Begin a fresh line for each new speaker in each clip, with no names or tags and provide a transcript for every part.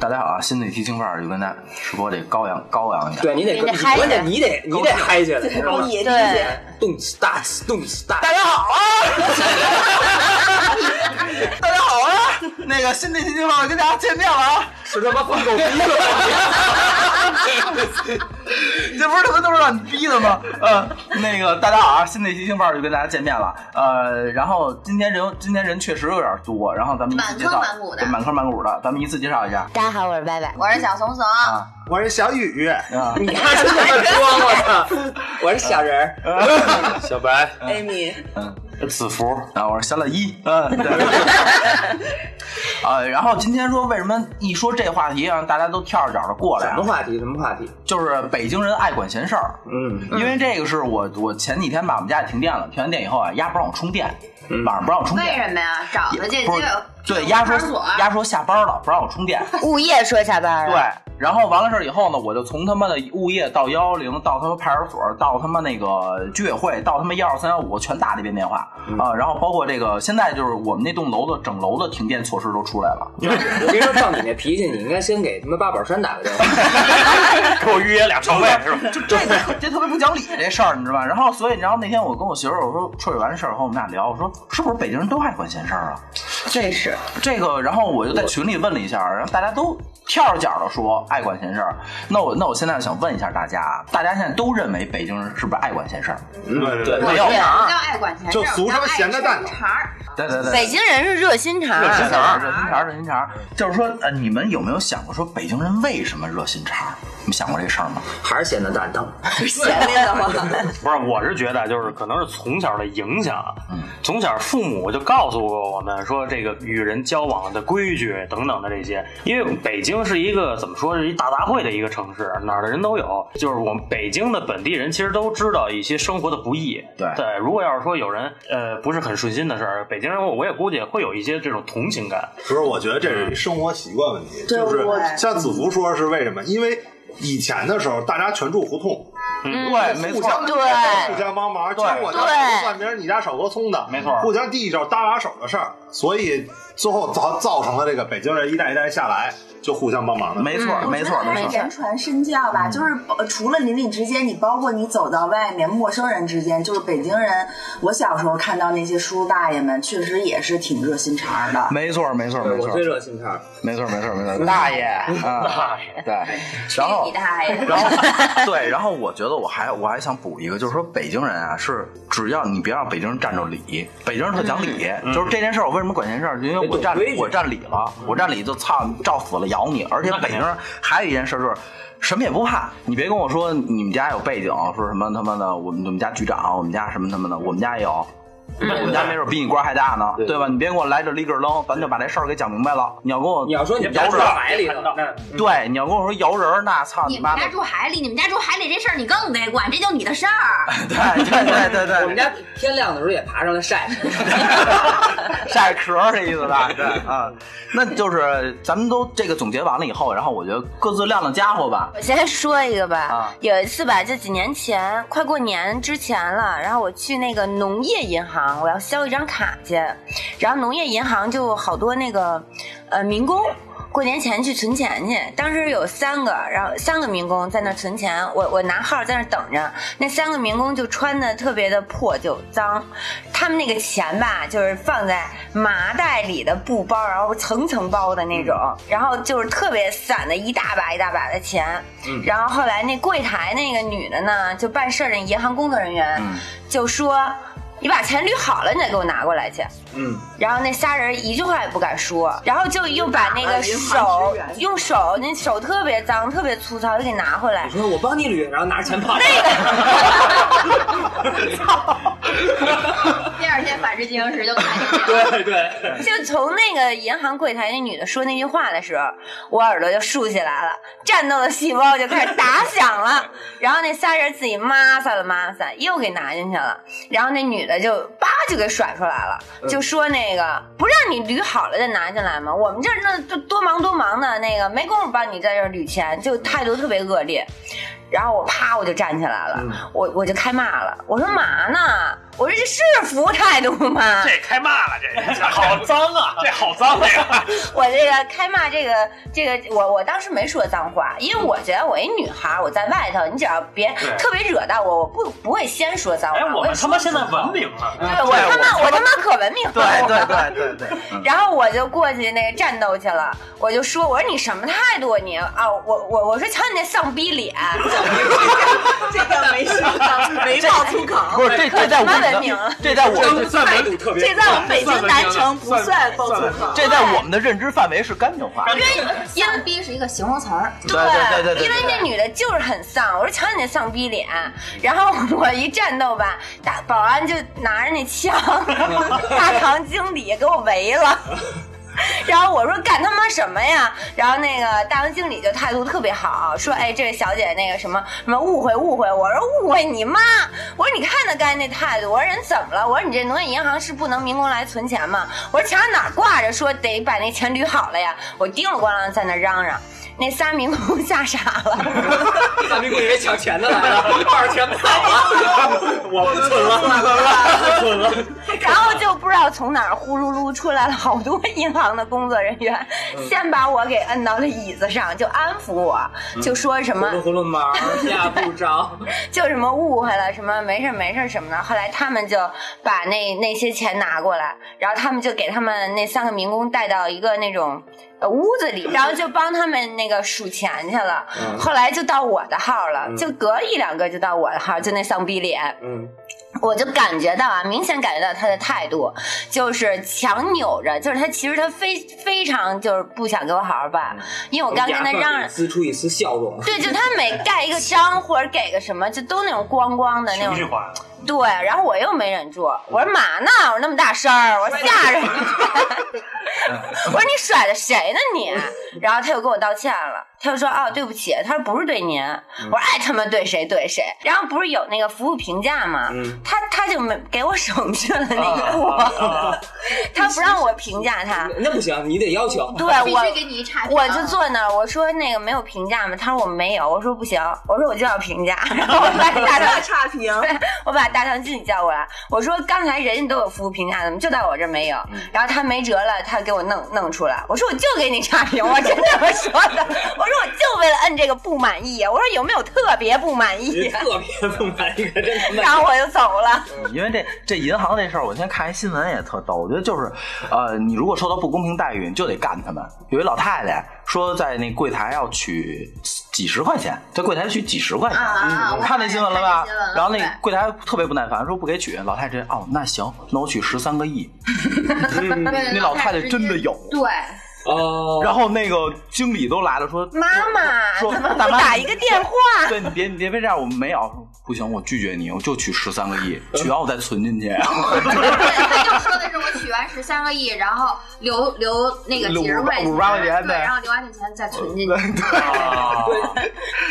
大家好啊，新的一期京范儿就跟大家直播这高扬高扬一下。
对你得
你得嗨
关键
起来
你得你得嗨起来，知道吗？
你
对，
动次打次动次打次，
家好啊！ 大家好啊！那个新的一期京范儿跟大家见面了啊！
是他妈疯狗逼了吧！
这不是他们都是让你逼的吗？呃，那个大家好啊，新的一期京范儿就跟大家见面了。呃，然后今天人今天人确实有点多，然后咱们一次介绍
满坑满谷的
对满坑满谷的，咱们依次介绍一下
大家好，我是拜拜。
我是小怂怂，
啊
我是小雨，
啊。
你看这么装，我操！我是小人儿，
啊
小白，
Amy，
嗯，子服啊，我是小乐一，嗯，对。 啊，然后今天说为什么一说这话题，让大家都跳着脚的过来
什
啊
么，话题？什么话题？
就是北京人爱管闲事儿。
嗯，
因为这个是我我前几天吧，我们家也停电了，停完电以后啊，丫不让我充电，
嗯
晚上不让我充
为
电，
什么呀？找
也
的这
不
这
是
个
对丫说
看守所，
丫说下班了，不让我充电，
物业说下班啊
对
了，。
然后完了事儿以后呢，我就从他妈的物业到幺幺零，到他妈派出所，到他妈那个居委会，到他妈幺二三幺五，全打了一遍电话啊、然后包括这个，现在就是我们那栋楼的整楼的停电措施都出来了，
我跟你说，照你那脾气，你应该先给他们八宝山打个电话。
给我预约俩床位是吧？
就这个 这特别不讲理这事儿，你知道吧？然后所以你知道那天我跟我媳妇儿我说处理完事儿后，我们俩聊，我说是不是北京人都爱管闲事儿啊？
这是
这个，然后我就在群里问了一下，然后大家都跳着脚的说爱管闲事儿。那我那我现在想问一下大家，大家现在都认为北京人是不是爱管闲事儿？
对对
我
没有
这人不叫爱管闲事儿，
就俗称
我叫爱
闲着蛋
吃肠儿。
对对对，
北京人是热心肠，啊
热心肠，热心肠，热心肠。就是说，呃，你们有没有想过说北京人为什么热心肠？你们想过这事儿吗？
还是显得蛋疼，
啊
闲的 慌。
不是，我是觉得就是可能是从小的影响，啊从小父母就告诉过我们说这个与人交往的规矩等等的这些。因为北京是一个怎么说是一大杂烩的一个城市，哪儿的人都有。就是我们北京的本地人其实都知道一些生活的不易。
对
对，如果要是说有人呃不是很顺心的事儿，北京人我也估计会有一些这种同情感。
不是，我觉得这是生活习惯问题，
对
就是
我
像子福说是为什么？因为以前的时候大家全住胡同，
嗯对，没
互
错。
相
嗯对
互相帮忙，就
对
我家
对
蒜苗，你家少棵葱的，
没错
互相递一手搭把手的事儿，所以最后造造成了这个北京人一代一代下来就互相帮忙的。
没错，没错，没
是
错，
言传身教吧，就是呃除了邻里之间，你包括你走到外面陌生人之间，就是北京人。我小时候看到那些叔叔大爷们，确实也是挺热心肠的。
没错，没错，没
我
错，
最热心肠。
没错，没错，没错。大爷，啊，对，然后
去你大爷！
然后对，然后我觉得我还我还想补一个，就是说北京人啊，是只要你别让北京人占着理，北京人特讲理，就是这件事儿我为什么管闲事儿，就因为我
懂
占
嗯规矩嗯
我占理了，我占理就操照死了咬你，而且北京人还有一件事就是。什么也不怕，你别跟我说你们家有背景，说什么他妈的，我们我们家局长，我们家什么他妈的，我们家也有，我们家没准比你官儿还大呢，
嗯对
对吧？你别给我来这里个扔，咱就把这事儿给讲明白了。你要跟我，
你要说你
摇
家住
人，
海里头，那
对，你要跟我说摇人儿，那操
你
妈
们
的
家，住海里，你们家住海里这事儿你更得管，这就你的事儿。
对对对对对，
我们家天亮的时候也爬上来 晒晒。
晒壳儿这意思吧？对啊，那就是咱们都这个总结完了以后，然后我觉得各自亮亮家伙吧。
我先说一个吧，
啊
有一次吧，就几年前，快过年之前了，然后我去那个农业银行，我要销一张卡去，然后农业银行就好多那个呃民工。过年前去存钱去，当时有三个，然后三个民工在那存钱，我我拿号在那等着，那三个民工就穿的特别的破旧脏，他们那个钱吧，就是放在麻袋里的布包，然后层层包的那种，然后就是特别散的一大把一大把的钱。然后后来那柜台那个女的呢，就办事儿的银行工作人员，就说：“你把钱捋好了，你再给我拿过来去。”
嗯，
然后那仨人一句话也不敢说，然后就又把那个手用手，那手特别脏，特别粗糙，就给拿回来
你。说我帮你捋，然后拿着钱跑。那
第二天法制进行时就看见了。
对对，
就从那个银行柜台那女的说那句话的时候，我耳朵就竖起来了，战斗的细胞就开始打响了。然后那仨人自己麻撒了麻撒，又给拿进去了。然后那女的就叭就给甩出来了，就说那个不让你捋好了再拿进来吗？我们这儿那多多忙多忙的，那个没工夫帮你在这儿捋钱，就态度特别恶劣。然后我啪我就站起来了，我我就开骂了，我说嘛呢？我说这是服务态度吗？
这开骂了，这好脏啊，这好脏这个。
我这个开骂这个这个，我我当时没说脏话，因为我觉得我一女孩儿，我在外头，你只要别
对
特别惹到我，我不不会先说脏话。
哎，我
也
们他妈
说不
现
出
在
口
文明了，
对，我他妈我他妈可文明了。
对对对对对，嗯
然后我就过去那个战斗去了，我就说，我说你什么态度啊你啊？我我我说瞧你那丧逼脸，
这个没说到，没爆粗口。
不是这这在我们
太文
的
明了
这在我们的
算没特别
这在我们北京南城不算爆粗口。
这在我们的认知范围是干净化，
丧逼是一个形容词儿，
对对对对对
因为那女的就是很丧，我说瞧你那丧逼脸。然后我一战斗吧，打保安就拿着那 枪，大堂经理给我围了。然后我说干他妈什么呀？然后那个大堂经理就态度特别好，说哎，这位小姐那个什么什么误会误会。我说误会你妈！我说你看他刚才那态度，我说人怎么了？我说你这农业银行是不能民工来存钱吗？我说墙上哪挂着说得把那钱捋好了呀？我叮了咣啷在那嚷嚷，那仨民工吓傻了。
大民工以为抢钱的 来了，抱着钱跑了，我不存了，不存了，
然后就不知道从哪儿呼噜噜出来了好多银行的工作人员，先把我给摁到了椅子上，就安抚我，就说什么
葫芦毛吓不着，
就什么误会了，什么没事没事什么的。后来他们就把那那些钱拿过来，然后他们就给他们那三个民工带到一个那种。呃屋子里，然后就帮他们那个数钱去了。
嗯
后来就到我的号了，就隔一两个就到我的号，就那丧逼脸。
嗯，
我就感觉到啊，明显感觉到他的态度就是强扭着，就是他其实他非非常就是不想跟我好好办，因为我刚跟他嚷嚷，
撕出一丝笑容，
对，就他每盖一个章或者给个什么，就都那种咣咣的那
情绪
种，
化。
对，然后我又没忍住，我说嘛呢？我说那么大声儿，我说吓人，我说你甩的谁呢你？然后他又跟我道歉了，他又说哦对不起，他说不是对您，我说爱他妈对谁对谁。然后不是有那个服务评价吗？他他就没给我省去了那一步，他不让我评价他。
那不行，你得要求，
对
必
我
须给你一差评。
我就坐那儿，我说那个没有评价吗？他说我没有，我说不行，我说我就要评价， 然后我把大
打
家
差评，
我把大堂经理叫过来，我说刚才人家都有服务评价，怎么就在我这没有？
嗯
然后他没辙了，他给我弄弄出来。我说我就给你差评，我真这么说的。 我说我就为了摁这个不满意，啊我说有没有特别不满
你
意？
特别不满意，真他
然
妈
后我就走了。
因为这这银行这事儿，我先看一新闻也特逗，我觉得就是，呃，你如果受到不公平待遇，你就得干他们。有一老太太说在那柜台要取几十块钱，在柜台取几十块钱，
啊
嗯
我
你看那新闻了吧
看那新闻了？
然后那
对
柜台特别不耐烦，说不给取，老太太直接哦，那行，那我取十三个亿。那
那
老太太真的有
对，
哦，
然后那个经理都来了，说
妈妈
说
怎么
大
不
妈
嗯打一个电话？
对你别你别别这样，我们没有，不行，我拒绝你，我就取十三个亿，取完我再存进去。
啊
对， 他就说的是我取完十三个亿，然后留留那个几十块钱，
五五十八块钱
对，
呗
然后留完那钱再存进去。
啊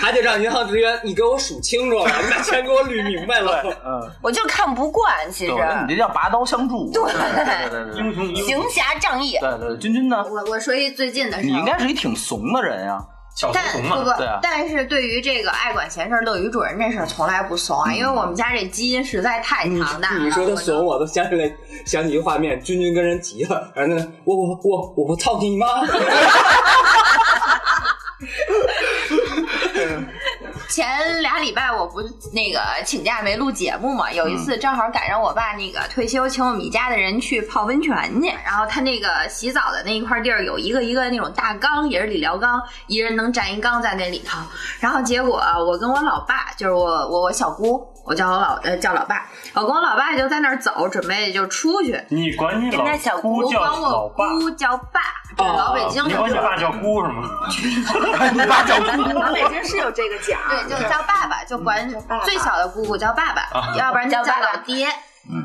还得让银行职员你给我数清楚了，你把钱给我捋明白了。
嗯，
我就看不惯，其
对，
实
我觉得你这叫拔刀相助。对对对对
英雄英雄
行侠仗义。
对对，君君呢？
我我说一最近的事
你
儿，
应该是一挺怂的人呀、
小
但
怂
不
嘛，
不
对啊，
但是对于这个爱管闲事儿、乐于助人这事儿，从来不怂啊，
嗯
因为我们家这基因实在太强大了。
你说他
我就
怂，我都想起来，想起一个画面，君君跟人急了，然后呢，我我我我我操你 妈！
前俩礼拜我不是那个请假没录节目嘛，有一次正好赶上我爸那个退休，请我们一家的人去泡温泉去，然后他那个洗澡的那一块地儿有一个一个那种大缸，也是理疗缸，一人能站一缸在那里头。然后结果啊我跟我老爸，就是我我我小姑，我叫我老呃叫老爸，我跟我老爸就在那儿走，准备就出去，
你管你
人家
老
小
姑
姑
我
叫
管
老
我
爸，
姑叫爸，对老北京
你
的
管你
说法
爸叫姑是吗？
咱北京是有嗯这个奖。
对，就叫爸爸，就管
爸爸
最小的姑姑叫爸爸，要不然就叫老爹。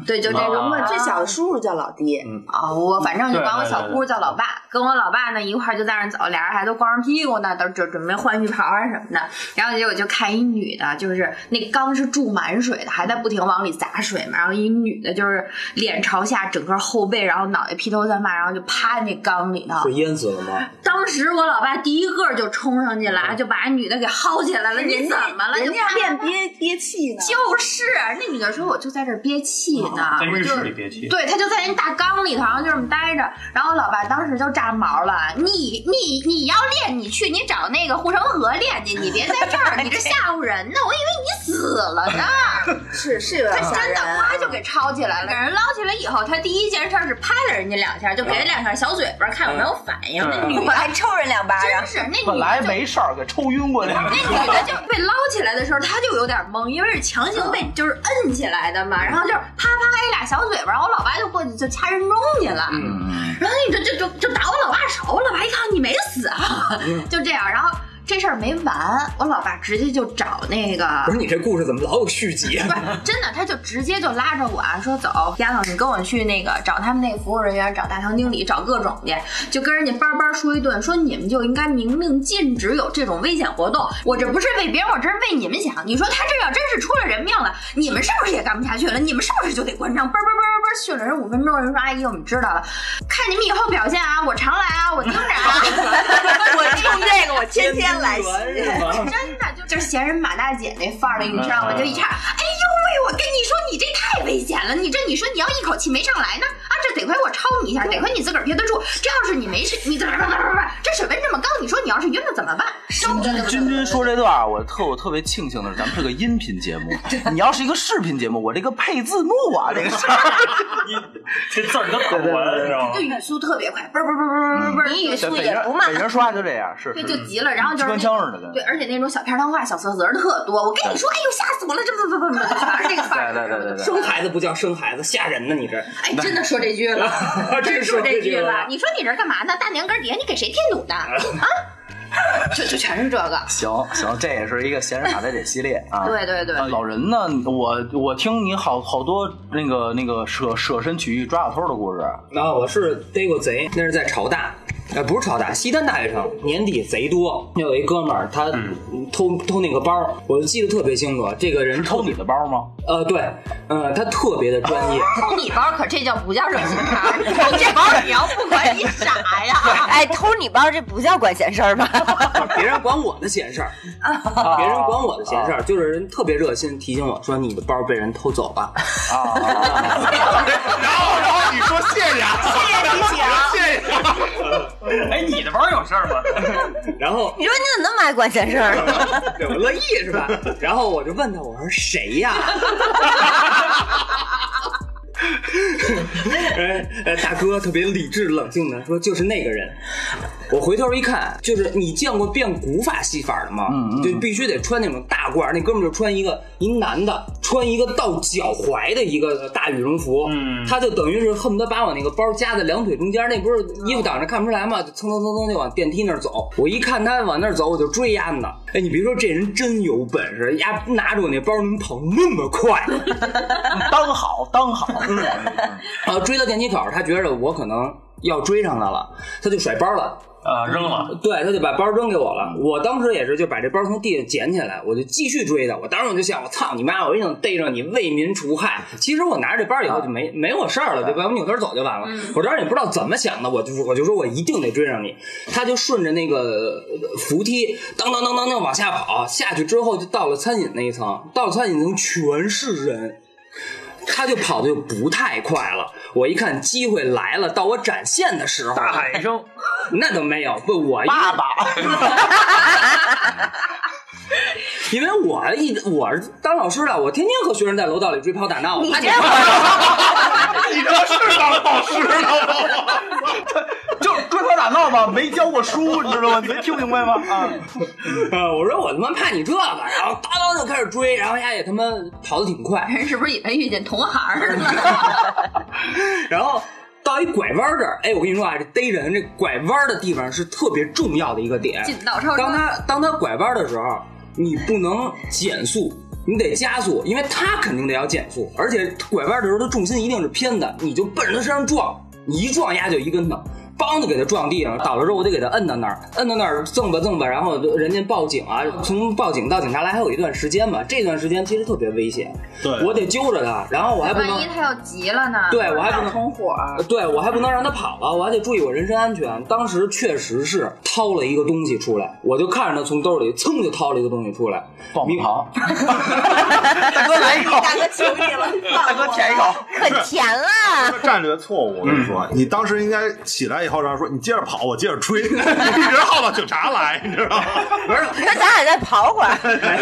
对，就这种。
最小的叔叔叫老爹，
啊，我反正就管我小
对对
姑叫老爸，跟我老爸呢一块儿就在那儿走，俩人还都光着屁股呢，都准准备换浴袍啊什么的。然后结果就看一女的，就是那缸是注满水的，还在不停往里砸水嘛。然后一女的就是脸朝下，整个后背，然后脑袋披头散发，然后就趴那缸里头。
被淹死了吗？
当时我老爸第一个就冲上去了，就把人女的给薅起来了。你怎么了？
人
就
家
趴
练憋憋气呢。
啊就是那女的说，我就在这儿憋气气呢，
哦在
我
浴
就
室里憋气。
对，他就在那大缸里头，然后就这么待着。然后我老爸当时就炸毛了：“你你你要练，你去你找那个护城河练去，你别在这儿，你这吓唬人呢！我以为你死了
哎
呢。
是是有”
他
点吓
真的
人啊
哗就给抄起来了，给人捞起来以后，他第一件事是拍了人家两下，就给人两下小嘴巴，看有没有反应。那女
我
的
还抽人两巴掌
真。是那女的
本来
就
没事儿，给抽晕过去了。
那女哎的就被捞起来的时候，她就有点懵，因为是强行被就是摁起来的嘛，然后就是啪啪啪一俩小嘴巴，然后我老爸就过去就掐人中去了，然后你就就就就打我老爸手，我老爸一看你没死啊，就这样，然后这事儿没完，我老爸直接就找那个
不是你这故事怎么老有续集？啊
不是真的，他就直接就拉着我啊，说走，丫头，你跟我去那个找他们那个服务人员，找大堂经理，找各种去，就跟人家叭叭说一顿，说你们就应该明令禁止有这种危险活动。我这不是为别人，我这是为你们想。你说他这要真是出了人命了，你们是不是也干不下去了？你们是不是就得关账？叭叭叭叭叭训了人五分钟，人说阿姨，我们知道了，看你们以后表现啊，我常来啊，我盯着啊。
我冲这个，我天天 来
完是吗？
真的就就是闲人马大姐那范儿的，你知道吗？就一看，哎呦喂，我跟你说，你这太危险了！你这你说你要一口气没上来呢，啊，这得亏我抄你一下，得亏你自个儿憋得住。这要是你没事，你怎么怎么怎么，这水温这么高，你说你要是晕了怎么办？真真
君君说这段儿，我特我特别庆幸的是，咱们是个音频节目。你要是一个视频节目，我这个配字幕啊，这个事儿，
你这字儿都打完，知道吗
就？语速特别快，嘣嘣嘣嘣嘣嘣，
你语速
北
也
京
不慢
北，京说话就这样，是
对，
是
就急了，然后就
机
是那
关枪似的跟
对，而且那种小片儿汤话、小色字儿特多。我跟你说，哎呦，吓死我了！这不不不不，不全是这个范儿。
对对对对对。
生孩子不叫生孩子，吓人呢！你这
哎，真的说这句 了，真说这句了。你说你这干嘛呢？大年根儿底下你给谁添堵 呢？啊，就就全是这个。
行行，这也是一个闲人马大姐系列啊。
对对对
啊老人呢，我我听你好好多那个那个舍舍身取义抓小偷的故事，
然后我是逮过贼，那是在朝大，呃，不是朝大，西单大学城，年底贼多。有一哥们儿，他偷、偷那个包，我记得特别清楚。这个人
是偷你的包吗？
呃，对，呃，他特别的专业。
偷你包可这叫不叫热心肠儿？啊偷这包你要不管你傻 呀？
哎，偷你包这不叫管闲事儿吧？
啊别人管我的闲事儿，别人管我的闲事儿，就是人特别热心提醒我说你的包被人偷走了。
啊
然后然后你说谢谢啊，谢谢谢谢，
哎，你的包有事儿吗？
然后
你说你怎么那么爱管闲事儿呢？
对我乐意是吧？然后我就问他，我说谁呀？呃，大哥特别理智冷静的说，就是那个人。我回头一看，就是你见过变古法戏法的吗？就必须得穿那种大褂儿。那哥们儿就穿一个一男的，穿一个到脚踝的一个大羽绒服，
嗯
他就等于是恨不得把我那个包夹在两腿中间，那不是衣服挡着看不出来吗？就蹭蹭蹭蹭就往电梯那儿走。我一看他往那儿走，我就追丫呢。哎，你别说，这人真有本事，丫拿着我那包能跑那么快。
当好当好，
然啊后追到电梯口，他觉着我可能要追上他了，他就甩包了。
啊，扔了，
对，他就把包扔给我了。我当时也是就把这包从地上捡起来，我就继续追他。我当时我就想，我操你妈！我一定逮着你，为民除害。其实我拿着这包以后就
啊
没、没我事儿了，对吧？我扭头走就完了。
嗯
我当时也不知道怎么想的，我就我就说我一定得追上你。他就顺着那个呃扶梯，当当当当当往下跑，下去之后就到了餐饮那一层，到了餐饮层全是人。他就跑的就不太快了，我一看机会来了，到我展现的时候，
大喊一声，
那都没有，不，我一
爸爸，
因为我一我是当老师的，我天天和学生在楼道里追跑打闹。
你
啊
这会
你这是当老师了吗？
就是 追跑打闹吧，没教过书，你知道吗？没听明白吗？啊，
呃我说我他妈怕你这个，然后当当就开始追，然后丫也他妈跑得挺快，
哎人是不是以为遇见同行儿了？
然后。到一拐弯这儿，哎，我跟你说啊，这逮人这拐弯的地方是特别重要的一个点。
进道超
当
车，
他当他拐弯的时候，你不能减速，你得加速，因为他肯定得要减速，而且拐弯的时候他重心一定是偏的，你就奔着他身上撞，你一撞丫就一跟头。梆就给他撞地上了，倒了之后我得给他摁到那儿，摁到那儿赠吧赠吧，然后人家报警啊，从报警到警察来还有一段时间吧，这段时间其实特别危险，
对
我得揪着他，然后我还不能
万一他要急了呢？
对我还不能
通火啊儿。
对我还不能让他跑啊了，我还得注意我人身安全。当时确实是掏了一个东西出来，我就看着他从兜里噌就掏了一个东西出来，
棒棒糖，
大哥来一口，大哥求你了，大哥
舔一口。
可甜了，
这个战略错误，我跟你说，你当时应该起来以后，然后说你接着跑，我接着追，一直耗到警察来，你知道吗？不是，
那咱俩再跑会儿。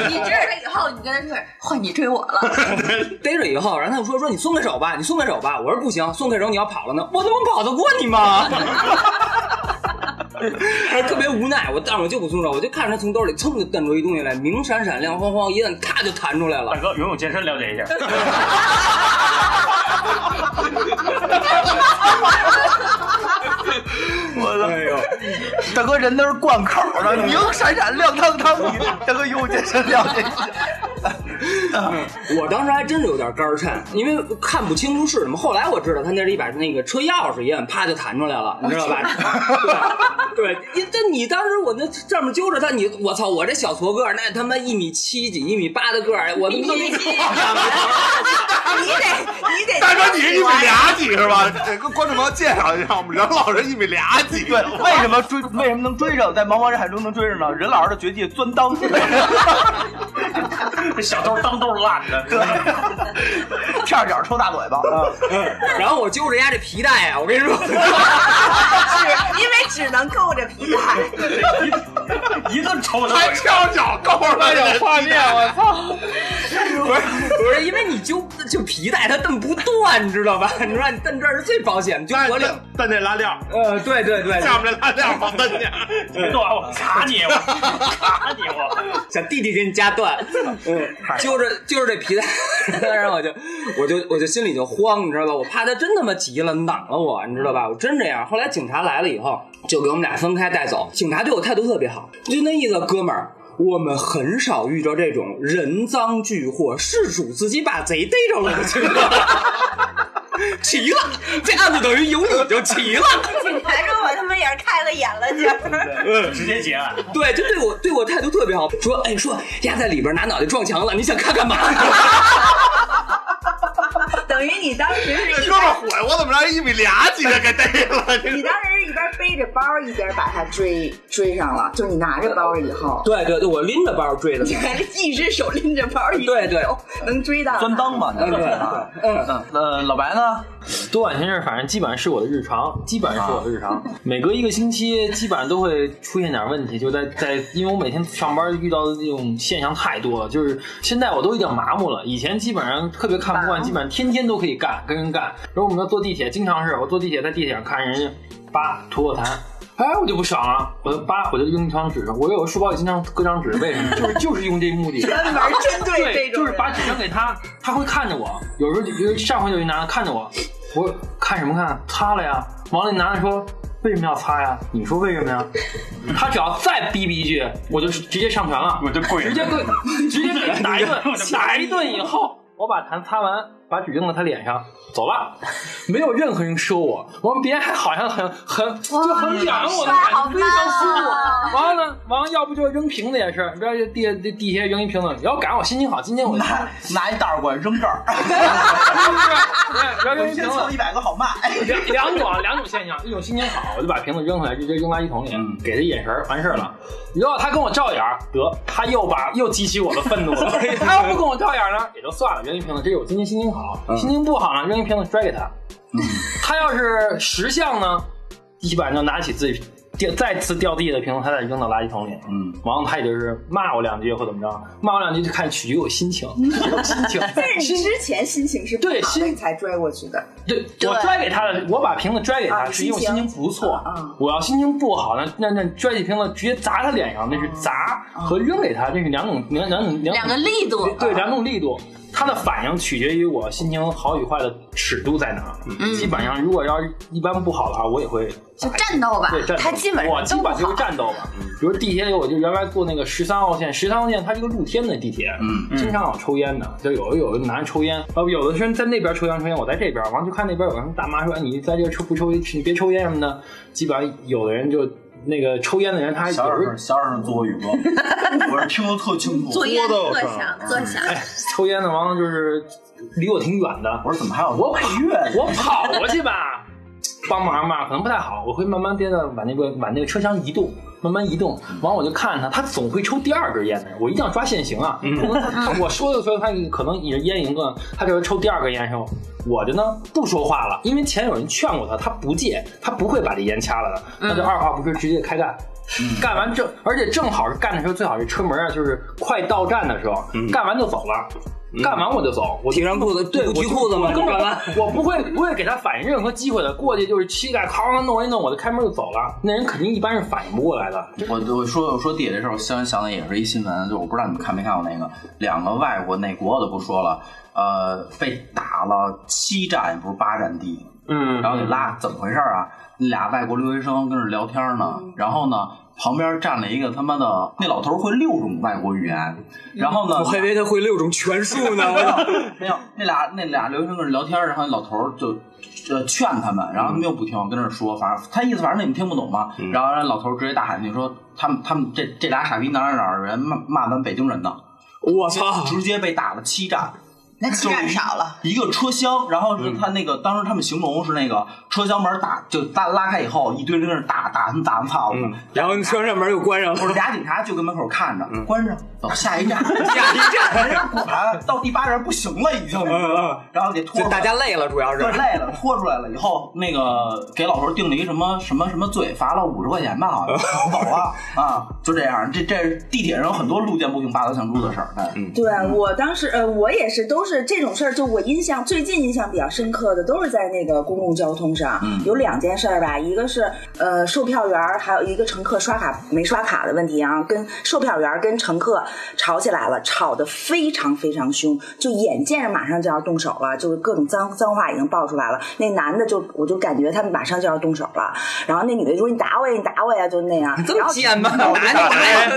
你知道了以后，你跟他说换你追我了，
逮着以后，然后他就说说你松开手吧，你松开手吧。我说不行，松开手你要跑了呢，我他妈跑得过你吗？ 还特别无奈，我但我就不松手，我就看着他从兜里噌就弹出一东西来，明闪闪亮晃晃，一摁咔就弹出来了
大。哥，游泳健身 了解一下。
我的， 大哥人都是灌口的，明闪闪亮堂堂，你大哥有健身量这。
我当时还真是有点肝儿颤，因为看不清楚是什么。后来我知道他那是一把那个车钥匙一摁，啪就弹出来了，你知道吧？ 对，对，你这你当时我那这么揪着他，你我操，我这小矬个儿，那他妈一米七几、一米八的个儿，我他妈弄一
你得你 得，
大哥你是一米俩几是 吧？得跟观众朋友介绍一下，我们任老师一米俩几，
对，为什么追？为什么能追上？在茫茫人海中能追上呢？任老师的绝技钻裆，
这小兜当兜烂的，
跳脚抽大嘴巴。 嗯
然后我揪着丫这皮带啊呀，我跟你说，
只因为只能够着皮带，
一顿抽他。
还翘脚够了，有画面我操！
不是不是，因为你揪就皮带它蹬不断，你知道吧？你说你蹬这儿是最保险的，就我两，
蹬那拉链，
呃，对对对，
下面这拉链往蹬去。
别动啊！我卡你，我卡你，我
小弟弟给你夹断，嗯，揪着揪着这皮带， 然后我就我就我就心里就慌，你知道吧？我怕他真他妈急了攮了我，你知道吧？我真这样。后来警察来了以后，就给我们俩分开带走。警察对我态度特别好，就那意思，哥们儿。我们很少遇到这种人赃俱获，事主自己把贼逮着了的 情况，齐了，这案子等于有你就齐了。
警察说我他妈也是开了眼了，就是。
直接
啊
结案。
对，就对我对我态度特别好，说哎说丫在里边拿脑袋撞墙了，你想看干嘛？
等于你当时是一
哥们
边
儿，我我怎么让一米俩几的给逮了？
你当时是一边背着包一边把他追追上了，就是你拿着包以后，
对对对，我拎着包追的。
你还是一只手拎着包，一只
对对哦
手能追到他
钻裆嘛，那
嗯
是
对
啊。
嗯，
嗯，呃，老白呢？
多管闲事，反正基本上是我的日常，基本上是我的日常。每隔一个星期，基本上都会出现点问题，就在在，因为我每天上班遇到的这种现象太多了，就是现在我都有点麻木了。以前基本上特别看不惯，基本上天天都可以干，跟人干。然后我们要坐地铁，经常是我坐地铁在地铁上看人家叭吐口痰。哎，我就不爽了，我就叭，我就用一张纸，我有书包里经常搁张纸，为什么？就是就是用这目的，
专门针对这种
就是
人
把纸扔给他，他会看着我。有时候，有时候上回有一男的看着我，我看什么看？擦了呀。完了，那男的说为什么要擦呀？你说为什么呀？他只要再逼逼一句，我就直接上传了，
我就跪
直接
了。
给直接给打一 顿，打一顿以后，我把痰擦完，把纸扔到他脸上，走了， 没有任何人说我，我们别人还好像很很就很凉我的感觉，非常舒服。完了呢，完了，要不就扔瓶子也是，你知道这地地地铁扔一瓶子，你要赶上我心情好，今天我就 擦，
拿一大耳罐扔这 儿，
是不是？对然后扔一
先
瓶
凑
子
一。百个好卖。
两两种啊两种现象，一种心情好，我就把瓶子扔回来，直接扔垃圾桶里，给他眼神儿，完事儿了。如果他跟我照眼儿，得他又把又激起我的愤怒了。他要不跟我照眼儿呢，也就算了，扔一瓶子，这是我今天心情好。心情不好呢，扔一瓶子摔给他。 他要是识相呢，一般就拿起自己掉再次掉地的瓶子，他再扔到垃圾桶里。嗯，完了他也就是骂我两句或怎么着，骂我两句就看取决于我心情，心情。
但是你之前心情是不
对
好的，
心
你才追过去的。
对，我拽给他的，我把瓶子拽给他，
啊
是因为我心情不错。
心情啊
我要心情不好，那那那拽起瓶子直接砸他脸上，那是砸和扔给他，这是两种两两种两
啊两个力度。
对两种力度。它的反应取决于我心情好与坏的尺度在哪儿。基本上，如果要是一般不好的话，我也会
嗯就战斗吧
对，战斗。
他基本上
我基
都不
本就
好嗯
是。战斗吧。比如地铁里，我就原来坐那个十三号线，十三号线它是一个露天的地铁，嗯，经常有抽烟的，就有有的男人抽烟，然后有的人在那边抽烟抽烟，我在这边，完就看那边有什么大妈说哎你在这儿抽不抽烟，你别抽烟什么的，基本上有的人就那个抽烟的人哎他有
小
时候
点小点声做宇 哥，我是听得特清楚。
做烟
多
坐
的是
响坐
嗯
响，
抽烟的完了就是离我挺远的，
我说怎么还有
我
配乐？
我跑过去吧，帮忙吧，可能不太好，我会慢慢变得往那个往那个车厢移动，慢慢移动，完我就看他，他总会抽第二根烟的，我一定要抓现行啊，可能他他 我说的时候他可能也烟瘾更，他就抽第二根烟的时候，我就呢不说话了，因为前有人劝过他，他不戒，他不会把这烟掐了的，他就二话不说直接开干。干完正，而且正好是干的时候，最好是车门啊，就是快到站的时候，干完就走了，干完我就走，我就
提上裤子，
对，
不提裤子吗？
根
干嘛？
本我不会不会给他反应任何机会的，过去就是膝盖哐弄一弄，我就开门就走了。那人肯定一般是反应不过来的。
我我说我说地铁这事儿，我想想的也是一新闻，就我不知道你们看没看过那个，两个外国哪国我都不说了，呃，被打了七站也不是八站地，
嗯
然后给拉，怎么回事儿啊？那俩外国留学生跟那儿聊天呢，然后呢，旁边站了一个他妈的那老头儿会六种外国语言，然后 呢，
我还以为他会六种拳术呢，我
没有，那俩那俩留学生跟那聊天儿，然后那老头儿就呃劝他们，然后他们又不听，跟那儿说，反正他意思反正你们听不懂嘛。然后让老头儿直接大喊去说，他们他们这这俩傻逼哪儿哪儿人骂骂咱北京人呢，
我 操！
直接被打了七站。
那气占少了，
一个车厢，然后是
嗯
他那个、当时他们形容是那个车厢门打就拉拉开以后，一堆人跟那儿打打他们打他们操的，
嗯然后车上门又关上
我说
了，
俩警察就跟门口看
嗯
着，关上，走下 一站，下一站，人家果然到第八站不行了，已经，
嗯
然后给拖
就
回来
大家累了，主要是
对，累了，拖出来了以后，那个给老头定了一什么什么什么罪，罚了五十块钱吧， 好像走了啊，就这样。这这是地铁上有很多路见不平拔刀相助的事儿，嗯，
对我当时呃，我也是都是这种事儿，就我印象最近印象比较深刻的都是在那个公共交通上，
嗯
有两件事儿吧，一个是呃售票员儿还有一个乘客刷卡没刷卡的问题啊，跟售票员儿跟乘客吵起来了，吵得非常非常凶，就眼见着马上就要动手了，就是各种脏脏话已经爆出来了，那男的就我就感觉他们马上就要动手了，然后那女的说你打我呀，你打我呀，就那样，
这
然
么
后
贱 吗？拿你打呀！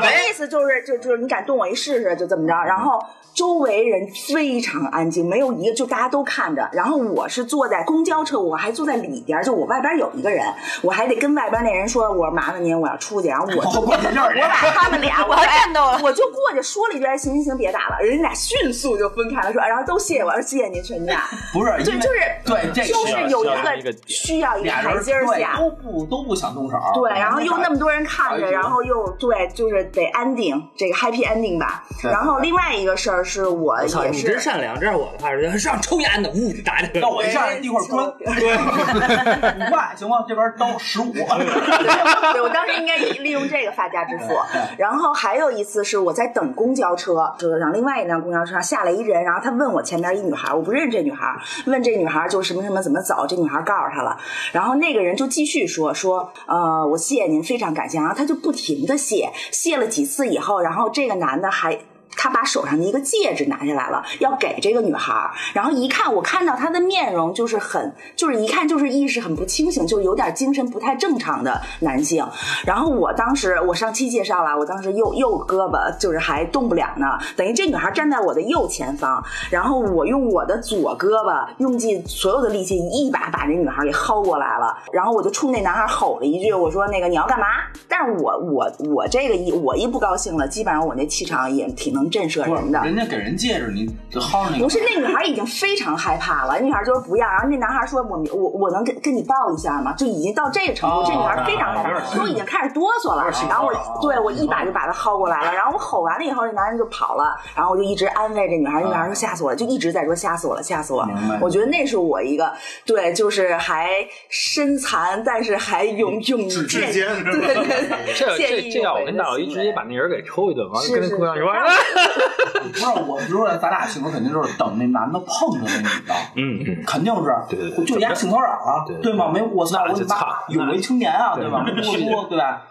我的意思就是，就就是你敢动我一试试，就这么着。然后周围人非常安静，没有一个，就大家都看着。然后我是坐在公交车，我还坐在里边儿，就我外边有一个人，我还得跟外边那人说，我说麻烦您，我要出去。然后我 就我把他们俩，我
我要战斗了
我就过去说了一句，行行行，别打了。人家俩迅速就分开了，说，然后都谢谢我，说谢谢您全家。
不是，
对，
因为
就是
对这个
就是有
需要
一个需要一个
俩人
台阶儿
对
下，
都不都不想动手，
对，然后又那么多人看
哎
着，
呦
然后又对，就是得 ending 这个 happy ending 吧。
对
然后另外一个事儿是我
我操，
也
你真
是，
善良，这是我的话，人上抽烟的，呜打起来
那我一下一会儿关 五块行吗？这边刀十五，
对我当时应该利用这个发家致 富。然后还有一次是我在等公交车，就是让另外一辆公交车上下来一人，然后他问我前边一女孩，我不认识这女孩，问这女孩就什么什么怎么走，这女孩告诉他了，然后那个人就继续说说呃我谢谢您，非常感谢，然啊后他就不停的谢，谢了几次以后，然后这个男的还他把手上的一个戒指拿下来了，要给这个女孩儿。然后一看，我看到她的面容就是很，就是一看就是意识很不清醒，就是有点精神不太正常的男性。然后我当时我上期介绍了，我当时右右胳膊就是还动不了呢，等于这女孩站在我的右前方，然后我用我的左胳膊用尽所有的力气，一把把这女孩给薅过来了。然后我就冲那男孩吼了一句，我说那个你要干嘛？但是我我我这个一我一不高兴了，基本上我那气场也挺能震慑
不
人
是
的。
人家给人戒指，你就薅着那个
不是那女孩已经非常害怕了，那女孩就说不要，然后那男孩说我我我能跟跟你抱一下吗？就已经到这个程
哦
度，这女孩非常害怕，都已经开始哆嗦了。然后我对我一把就把她薅过来了，然后我吼完了以后，这男人就跑了，然后我就一直安慰这女孩，那女孩说吓死我了，就一直在说吓死我了，吓死我了
明白。
我觉得那是我一个对，就是还身残，但是还勇勇于
之间是吧
对对对，
这
见义
这这要我跟
勇为的
大老一
行
直接
为
把那人给抽一顿，完了
是
跟
是
那姑娘
是
说，
让
啊
不是我，如果咱俩性格肯定就是等那男的碰着那女的，
嗯嗯，
肯定是，
对对对
就人家性骚扰啊，
对对
对吗？没我操，
那
我
就
他妈
操
有为青年啊，对吧？
对
不多说，对吧？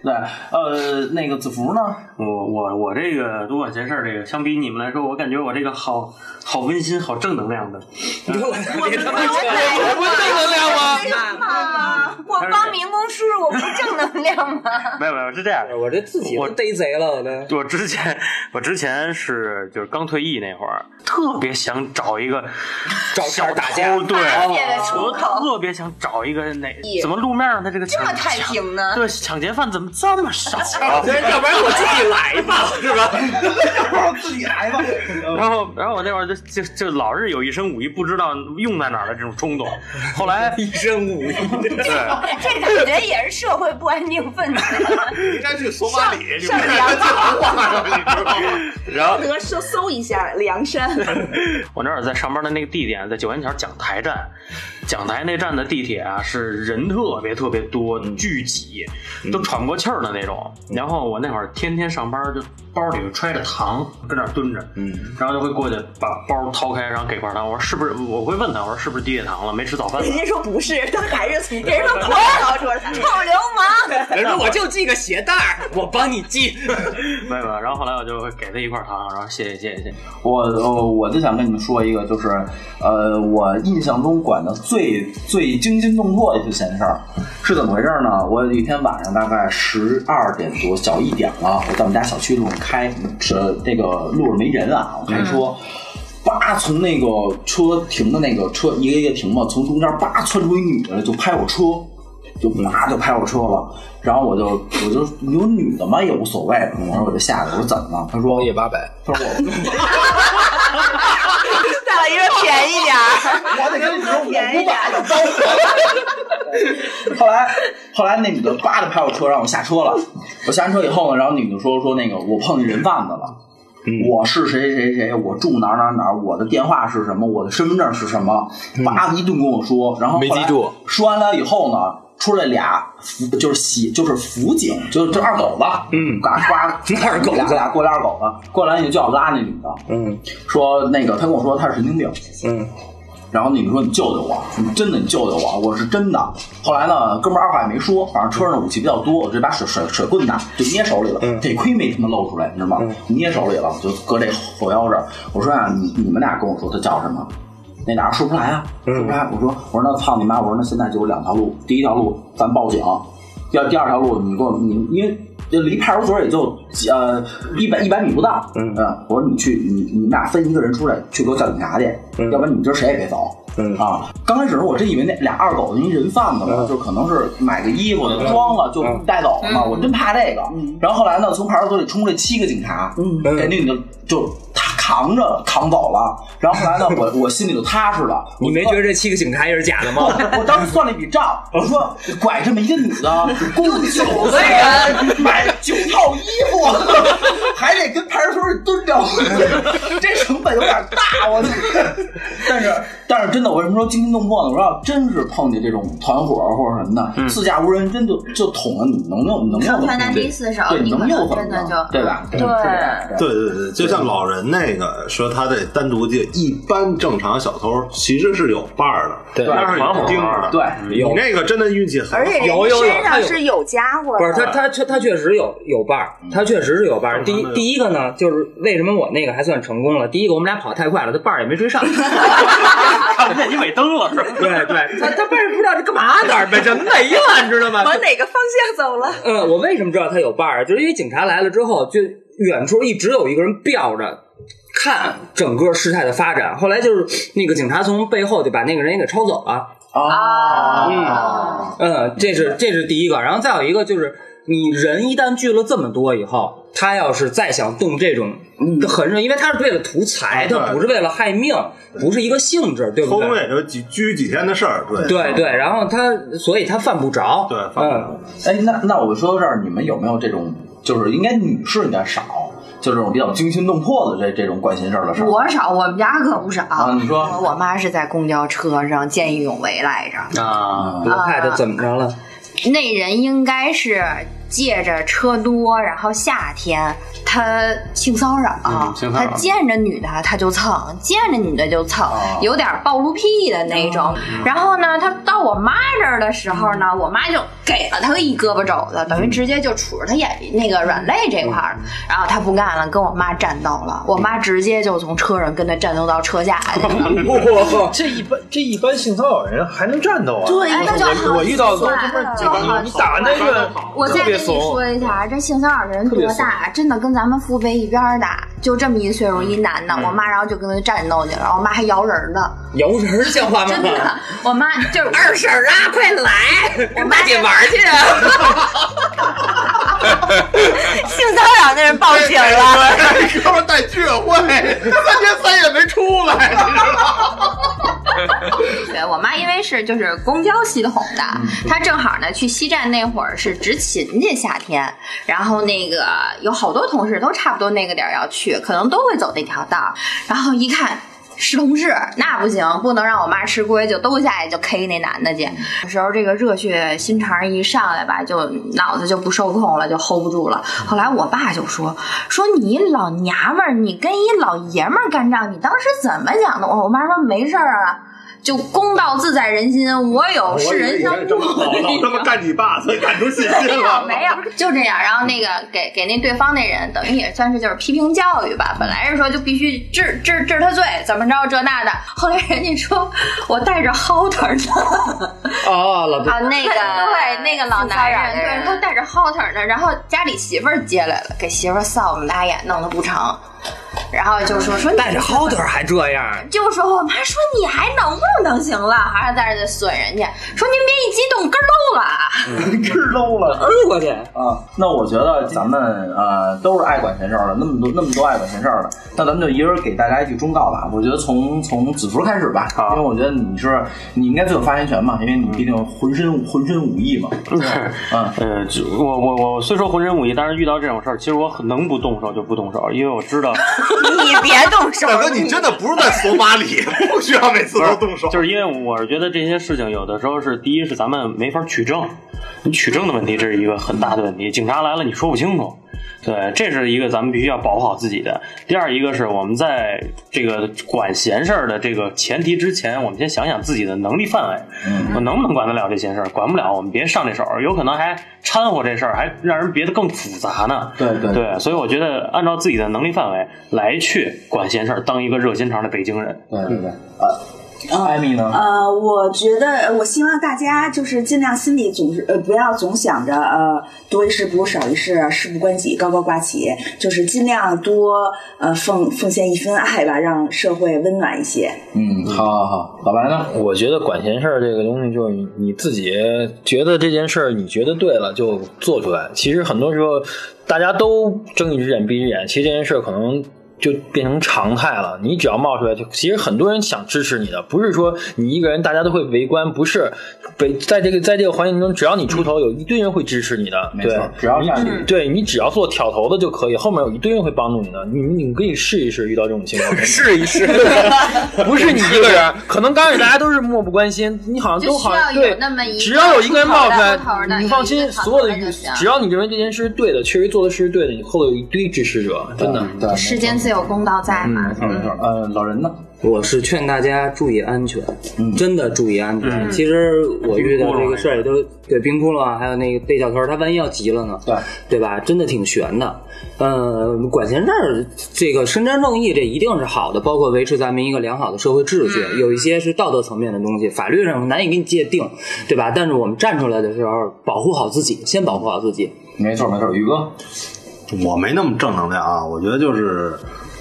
对，呃，那个子福呢？
我我我这个多管闲事儿，这个相比你们来说，我感觉我这个好好温馨、好正能量的。
别他妈
我
不正能量吗？
哎
我帮民工叔叔，我不正能量吗？
没有没有，是这样，
我这自己
我
都逮贼了，我这。
我之前，我之前是就是刚退役那会儿，特别想找一个
找茬儿
小
打架
偷对，
哎
界的出
我
口
特别想找一个哪
咦
怎么路面上的这个
这
抢
么太
抢
平呢？
对抢劫犯怎么这么少啊？
要不然我自己来吧，是吧？
自己来吧。
嗯
然后，然后我那会儿就就就老是有一身武艺不知道用在哪儿的这种冲动。后来
一身武艺，
对，
这感觉也是社会不安定分 子。
应该去索马里，
上梁
然 后
得搜搜一下 梁山，
我那会儿在上班的那个地点，在九元桥讲台站，讲台那站的地铁啊，是人特别特别多，
嗯
巨挤，都喘不过气儿的那种。然后我那会儿天天上班，就包里揣着糖，跟那儿蹲着，嗯，然后就会过去把包掏开，然后给块糖。我说是不是？我会问他，我说是不是低血糖了？没吃早 饭吧
人？家说 不是，他还是从人家说跑出来，
臭 流氓！
人说我就系个鞋带儿，我帮你系。
没有没有。然后后来我就会给他一块糖，然后谢谢谢谢谢谢。
我我我就想跟你们说一个，就是呃，我印象中管的最最惊心动魄的一次闲事儿是怎么回事儿呢？我有一天晚上大概十二点多，小一点了，我在我们家小区路上开，是这个路上没人啊，我开车。叭，从那个车停的那个车一个一个停嘛，从中间叭窜出一女的来，就拍我车，就啪就拍我车了。然后我就我就有女的嘛也无所谓，我说我就下来，我说怎么了？她说也八百，她说我
再来一个便宜点儿，
我得跟你说，我
便宜
不
点
买了， 后来，后来那女的叭就拍我车，让我下车了。我下完车以后呢，然后女的说说那个我碰见人贩子了，我是谁谁谁，我住哪儿哪儿哪儿，我的电话是什么，我的身份证是什么，叭一顿跟我说，然后
没
后来
记住
说完了以后呢，出来俩辅就是喜就是辅警，就是这二狗子，嗯，嘎嘎，二狗子俩过来二狗子，过来你就叫我拉那女的，
嗯
说那个他跟我说他是神经病，
嗯，
然后那你说你救救我，你真的你救救我，我是真的。后来呢，哥们儿二话也没说，反正车上的武器比较多，我这把水水水棍呐就捏手里了，得亏没他妈露出来，你知道吗？捏手里了，就搁这后腰这儿。我说啊，你你们俩跟我说他叫什么？那俩人说不出来啊，说不出来。我说我说那操你妈！我说那现在就有两条路，第一条路咱报警，第二第二条路你给我你因为。就离派出所也就几呃一百一百米不到，嗯，我说你去你你们俩分一个人出来去给我叫警察去，要不然你们今儿谁也别走，嗯啊。刚开始我真以为那俩二狗子因为人贩子嘛，就可能是买个衣服装了就带走了嘛，我真怕这个。然后后来呢，从派出所里冲出来七个警察，嗯，给那个就扛着扛走了。然后后来呢，我我心里就踏实了，
你没觉得这七个警察也是假的吗？
我当时算了一笔账，我说拐这么一个女的， 共九个人买九套衣服， 还得跟派出所里蹲着， 这成本有点大。我，但是但是真的，我为什么说惊心动魄呢？我说要真是碰见这种团伙或者什么的，四下无人，真就就捅了你，能用能用
上传单第四手
对，
你
能
可
用
能真的就
对吧？
对，
对对对，就像老人那个说，他得单独戒。一般正常小偷其实是有伴儿的，
对
但是有盯着的。
对，
你那个真的运气很
而
好
且。人家身上是有家伙
不是
的，
他，他确他确实有有伴儿，他确实是啊嗯有伴儿。第一
嗯
第一个呢，就是为什么我那个还算成功了？第一个我们俩跑太快了，他伴儿也没追 上。
看不见你尾灯了是吧？
对对， 他他伴儿不知道这干嘛呢，本什么没了，你知道吗？
往哪个方向走 了？
呃，我为什么知道他有伴儿啊？就是因为警察来了之后，就远处一直有一个人吊着。看整个事态的发展，后来就是那个警察从背后就把那个人也给抄走了。
啊，
嗯，这是这是第一个，然后再有一个就是，你人一旦聚了这么多以后，他要是再想动这种横着，因为他是为了图财，
对
他不是为了害命，不是一个性质，对不
偷东
对？
西就几拘几天的事儿，对
对对，然后他所以他犯不着，
对犯不
嗯
着，
哎，那那我说到这儿，你们有没有这种，就是应该女士应该少，就这种比较惊心动魄的这这种管心事儿的事儿？
我少，我们家可不少。
啊你说
我我妈是在公交车上见义勇为来着。
啊，
不害他怎么着了？
那人应该是借着车多，然后夏天他性骚扰，
嗯性骚扰
他见着女的他就蹭，见着女的就蹭，
哦
有点暴露癖的那种。
嗯
然后呢，他到我妈这儿的时候呢，我妈就给了他一胳膊肘
嗯
子，等于直接就杵着他眼那个软肋这块儿了。然后他不干了，跟我妈战斗了，我妈直接就从车上跟他战斗到 车下哎去了。
这一般这一般性骚扰人还能战斗啊？
对
哎，那就好
我我遇到的都他妈
就好
你打那个
我再
特
跟
别
你
怂，
说一下，这性骚扰人多大，真的跟咱们父辈一边儿大。就这么一岁数一男的，我妈然后就跟他战斗去了，我妈还摇人儿呢，
摇人儿像话吗？
真的，我妈就是二婶啊，快来，我妈
姐玩去啊！性骚扰那人报警了，
对， 哥们儿带居委会，三天三夜没出来，你知道吗？
对我妈因为是 就是公交系统的，她正好呢去西站那会儿是执勤去，夏天，然后那个有好多同事都差不多那个点儿要去，可能都会走那条道，然后一看。是同事，那不行，不能让我妈吃亏，就都下去就 K 那男的去。有时候这个热血心肠一上来吧，就脑子就不受控了，就 hold 不住了。后来我爸就说：“说你一老娘们儿，你跟一老爷们儿干仗，你当时怎么想的？”我我妈说：“没事儿啊，就公道自在人心，我有
啊我
是人
以为
相
你这
不
么好
的
老
一
他妈
个。
干你爸，所以干出信
没
心
有
了。
没有，就这样。然后那个给给那对方那人，等于也算是就是批评教育
嗯
吧。本来是说就必须治治治他罪，怎么着这那的。后来人家说我带着薅他呢，
哦，老
啊，那个
对那个老男人，
性骚扰
对
的
他带着薅他呢。然后家里媳妇儿接来了，给媳妇儿扫我们大眼，弄得不成。然后就说说你
带着 holder 还这样，
就说我妈说你还能不能行了，还是在这损人家，说您别一激动根儿漏了啊。
根儿 low 了。
摁过去。
啊，那我觉得咱们呃都是爱管闲事儿的，那么多那么多爱管闲事儿的，那咱们就一人给大家一句忠告吧。我觉得从从子福开始吧，
好
因为我觉得你是你应该最有发言权嘛，因为你毕竟浑身浑身武艺 嘛。嗯
呃，就我我我虽说浑身武艺，但是遇到这种事儿，其实我很能不动手就不动手，因为我知道，
你别动手，
大哥，你真的不是在索马里， 不需要每次都动手。
就是因为我是觉得这些事情有的时候是第一是咱们没法取证，你取证的问题这是一个很大的问题，警察来了你说不清楚。对，这是一个咱们必须要保护好自己的。第二一个是我们在这个管闲事儿的这个前提之前，我们先想想自己的能力范围，
嗯
我能不能管得了这些事儿？管不了，我们别上这手儿，有可能还掺和这事儿，还让人别的更复杂呢。
对对
对，所以我觉得按照自己的能力范围来去管闲事儿，当一个热心肠的北京人。
对对对，呃，艾米呢？
呃，我觉得我希望大家就是尽量心里总是呃不要总想着呃多一事不如少一事，事不关己高高挂起，就是尽量多呃奉奉献一份爱吧，让社会温暖一些。
嗯，好好好，老白呢？
我觉得管闲事儿这个东西，就是你你自己觉得这件事儿你觉得对了就做出来。其实很多时候大家都睁一只眼闭一只眼，其实这件事儿可能。就变成常态了。你只要冒出来，就其实很多人想支持你的，不是说你一个人大家都会围观，不是北在这个在这个环境中，只要你出头，有一堆人会支持你的。
嗯没
对
错，只要
你
下去
对你只要做挑头的就可以，后面有一堆人会帮助你的。你你可以试一试，遇到这种情 况试一试， 不是你一个人，可能刚开始大家都是漠不关心，你好像都好像
就需要有
对
那么一，个
只要有一个人冒出来
出头的，
你
有
放
一
心，
个扛
所有的
头的就行
只要你认为这件事是对的，确实做的事是对的，你后头有一堆支持者，真的。
对，
世间自有公道在嘛。
没错。呃，老人呢？
我是劝大家注意安全，真的注意安全。其实我遇到这个事儿也都对冰窟窿啊，还有那个被小偷，他万一要急了呢，
对
对吧？真的挺悬的。呃，管闲事儿，这个伸张正义，这一定是好的，包括维持咱们一个良好的社会秩序。有一些是道德层面的东西，法律上难以给你界定，对吧？但是我们站出来的时候，保护好自己，先保护好自己。
没错没错，宇哥，
我没那么正能量啊，我觉得就是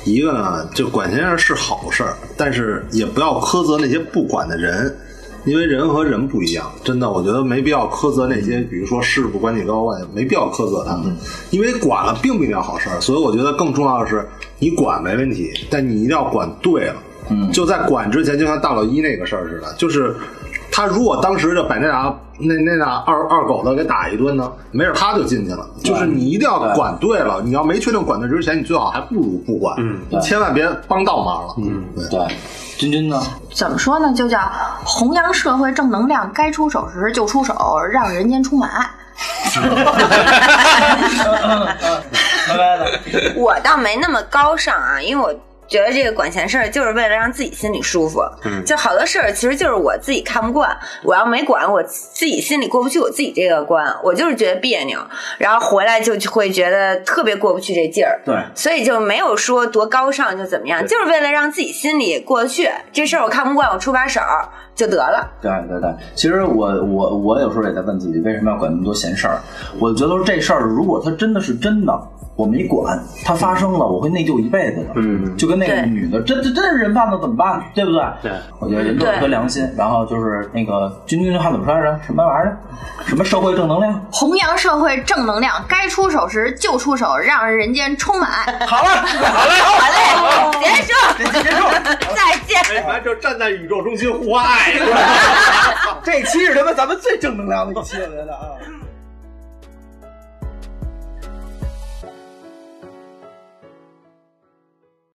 一个呢，就管闲事儿是好事儿，但是也不要苛责那些不管的人，因为人和人不一样，真的，我觉得没必要苛责那些，比如说事不关己高管，没必要苛责他们，因为管了并不一定好事儿，所以我觉得更重要的是你管没问题，但你一定要管对了。嗯，就在管之前，就像大老一那个事儿似的，就是他如果当时就把那俩那那俩二二狗子给打一顿呢，没准他就进去了。就是你一定要管对了，你要没确定管对之前，你最好还不如不管，嗯，千万别帮倒忙了。嗯，对，
对，君君呢？
怎么说呢？就叫弘扬社会正能量，该出手时就出手，让人间充满爱。
去。
拜拜了。
我倒没那么高尚啊，因为我觉得这个管闲事儿就是为了让自己心里舒服。嗯，就好多事儿其实就是我自己看不惯，我要没管，我自己心里过不去我自己这个关，我就是觉得别扭，然后回来就会觉得特别过不去这劲儿。
对，
所以就没有说多高尚就怎么样，就是为了让自己心里过得去。这事儿我看不惯，我出把手儿就得了。
对对对，其实我我我有时候也在问自己，为什么要管那么多闲事儿？我觉得这事儿如果它真的是真的，我没管，它发生了，我会内疚一辈子的。
嗯
就跟那个
对
女的，真真真是人贩子怎么办？对不对？
对，
我觉得人都有一颗
嗯对
良心。然后就是那个君君这话怎么说来着？什么玩意儿？什么社会正能量？
弘扬社会正能量，该出手时就出手，让人间充满爱。
好了，好了，
好嘞，结束，
结束。
再见。
哎，完就站在宇宙中心呼爱。
这期是他妈咱们最正能量的一期，我觉得啊。